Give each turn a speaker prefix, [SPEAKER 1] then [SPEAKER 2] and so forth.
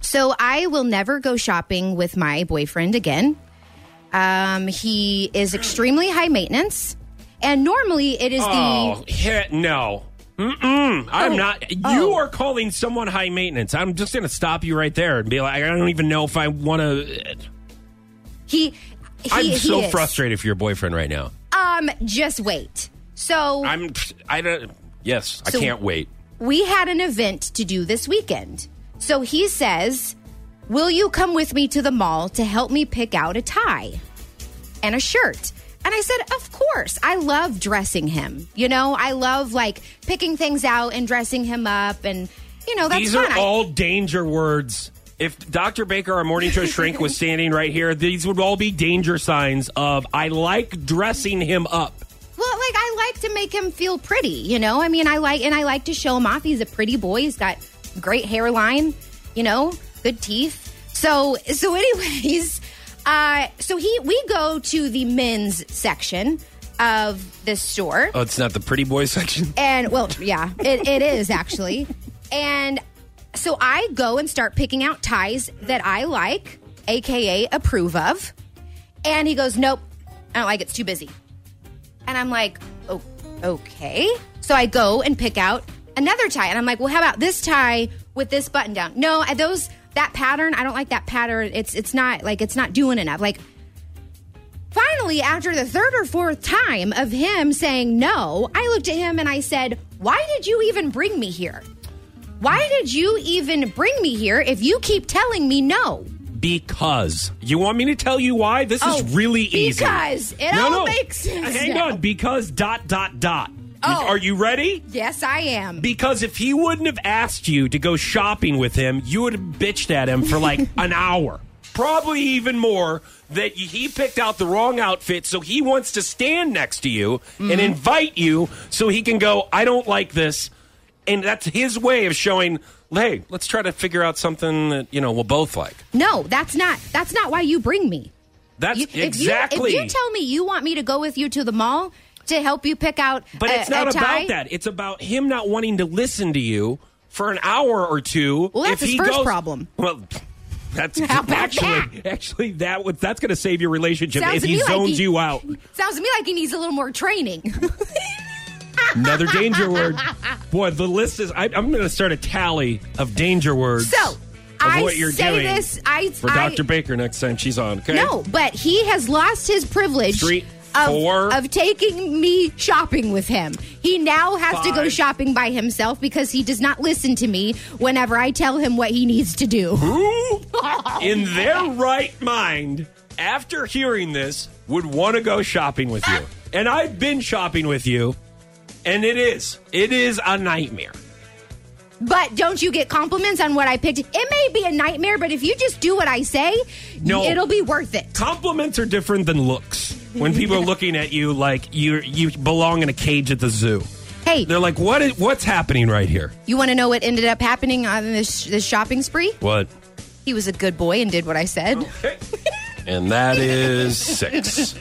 [SPEAKER 1] So I will never go shopping with my boyfriend again. Um, he is extremely high maintenance, and normally it is
[SPEAKER 2] Oh, here, no. Mm-mm. I'm not. You
[SPEAKER 1] Oh.
[SPEAKER 2] are calling someone high maintenance. I'm just going to stop you right there and be like, I don't even know if I want to.
[SPEAKER 1] the he. he
[SPEAKER 2] I'm
[SPEAKER 1] he
[SPEAKER 2] so
[SPEAKER 1] is.
[SPEAKER 2] frustrated for your boyfriend right now.
[SPEAKER 1] Um, just wait. So
[SPEAKER 2] I'm. I don't. Yes,
[SPEAKER 1] So-
[SPEAKER 2] I can't wait.
[SPEAKER 1] we had an event to do this weekend. So he says, Will you come with me to the mall to help me pick out a tie and a shirt? And I said, Of course. I love dressing him. You know, I love like picking things out and dressing him up. And, you know, that's
[SPEAKER 2] These
[SPEAKER 1] fun.
[SPEAKER 2] are
[SPEAKER 1] I-
[SPEAKER 2] all danger words. If Dr. Baker, our morning show shrink, was standing right here, these would all be danger signs of I like dressing him up.
[SPEAKER 1] Well, like I like to make him feel pretty, you know. I mean, I like and I like to show him off. He's a pretty boy. He's got great hairline, you know, good teeth. So, so anyways, uh, so he we go to the men's section of this store,
[SPEAKER 2] Oh, it's not the pretty boy section.
[SPEAKER 1] and well, yeah, it, it is actually, and so I go and start picking out ties that I like, aka approve of, and he goes, "Nope, I don't like it. It's too busy." And I'm like, oh, okay. So I go and pick out another tie. And I'm like, well, how about this tie with this button down? No, I- those that pattern, I don't like that pattern. It's it's not like it's not doing enough. Like finally, after the third or fourth time of him saying no, I looked at him and I said, Why did you even bring me here? Why did you even bring me here if you keep telling me no?
[SPEAKER 2] Because you want me to tell you why this
[SPEAKER 1] Oh,
[SPEAKER 2] is really easy.
[SPEAKER 1] because it all makes sense
[SPEAKER 2] Hang
[SPEAKER 1] now.
[SPEAKER 2] on, because dot dot dot.
[SPEAKER 1] Oh.
[SPEAKER 2] Are you ready?
[SPEAKER 1] Yes, I am.
[SPEAKER 2] Because if he wouldn't have asked you to go shopping with him, you would have bitched at him for like an hour. Probably even more that he picked out the wrong outfit, so he wants to stand next to you
[SPEAKER 1] Mm-hmm.
[SPEAKER 2] and invite you so he can go, I don't like this. And that's his way of showing, hey, let's try to figure out something that, you know, we'll both like.
[SPEAKER 1] No, that's not that's not why you bring me.
[SPEAKER 2] That's
[SPEAKER 1] You-
[SPEAKER 2] exactly.
[SPEAKER 1] If you, if you tell me you want me to go with you to the mall to help you pick out,
[SPEAKER 2] But
[SPEAKER 1] a-
[SPEAKER 2] it's not
[SPEAKER 1] a tie,
[SPEAKER 2] about that. It's about him not wanting to listen to you for an hour or two.
[SPEAKER 1] Well, that's
[SPEAKER 2] if
[SPEAKER 1] his
[SPEAKER 2] he
[SPEAKER 1] first
[SPEAKER 2] goes,
[SPEAKER 1] problem.
[SPEAKER 2] Well, that's
[SPEAKER 1] How about
[SPEAKER 2] actually actually that would that's going to save your relationship
[SPEAKER 1] Sounds
[SPEAKER 2] if
[SPEAKER 1] to
[SPEAKER 2] he
[SPEAKER 1] me
[SPEAKER 2] zones
[SPEAKER 1] like he-
[SPEAKER 2] you out.
[SPEAKER 1] Sounds to me like he needs a little more training.
[SPEAKER 2] Another danger word. Boy, the list is. I, I'm going to start a tally of danger words.
[SPEAKER 1] So,
[SPEAKER 2] of
[SPEAKER 1] I
[SPEAKER 2] what you're
[SPEAKER 1] say
[SPEAKER 2] doing
[SPEAKER 1] this, I-
[SPEAKER 2] for
[SPEAKER 1] I-
[SPEAKER 2] Dr. Baker next time she's on. Okay.
[SPEAKER 1] no, but he has lost his privilege
[SPEAKER 2] Three,
[SPEAKER 1] of,
[SPEAKER 2] four,
[SPEAKER 1] of taking me shopping with him. He now has to go
[SPEAKER 2] five.
[SPEAKER 1] shopping by himself because he does not listen to me whenever I tell him what he needs to do.
[SPEAKER 2] Who in their right mind, after hearing this, would want to go shopping with you? And I've been shopping with you, and it is. It is a nightmare.
[SPEAKER 1] But don't you get compliments on what I picked? It may be a nightmare, but if you just do what I say,
[SPEAKER 2] No.
[SPEAKER 1] it'll be worth it.
[SPEAKER 2] Compliments are different than looks. When people are looking at you like you you belong in a cage at the zoo.
[SPEAKER 1] Hey,
[SPEAKER 2] They're like, what is, what's happening right here?
[SPEAKER 1] You want to know what ended up happening on this, this shopping spree?
[SPEAKER 2] What? Oh.
[SPEAKER 1] He was a good boy and did what I said.
[SPEAKER 2] And that is six.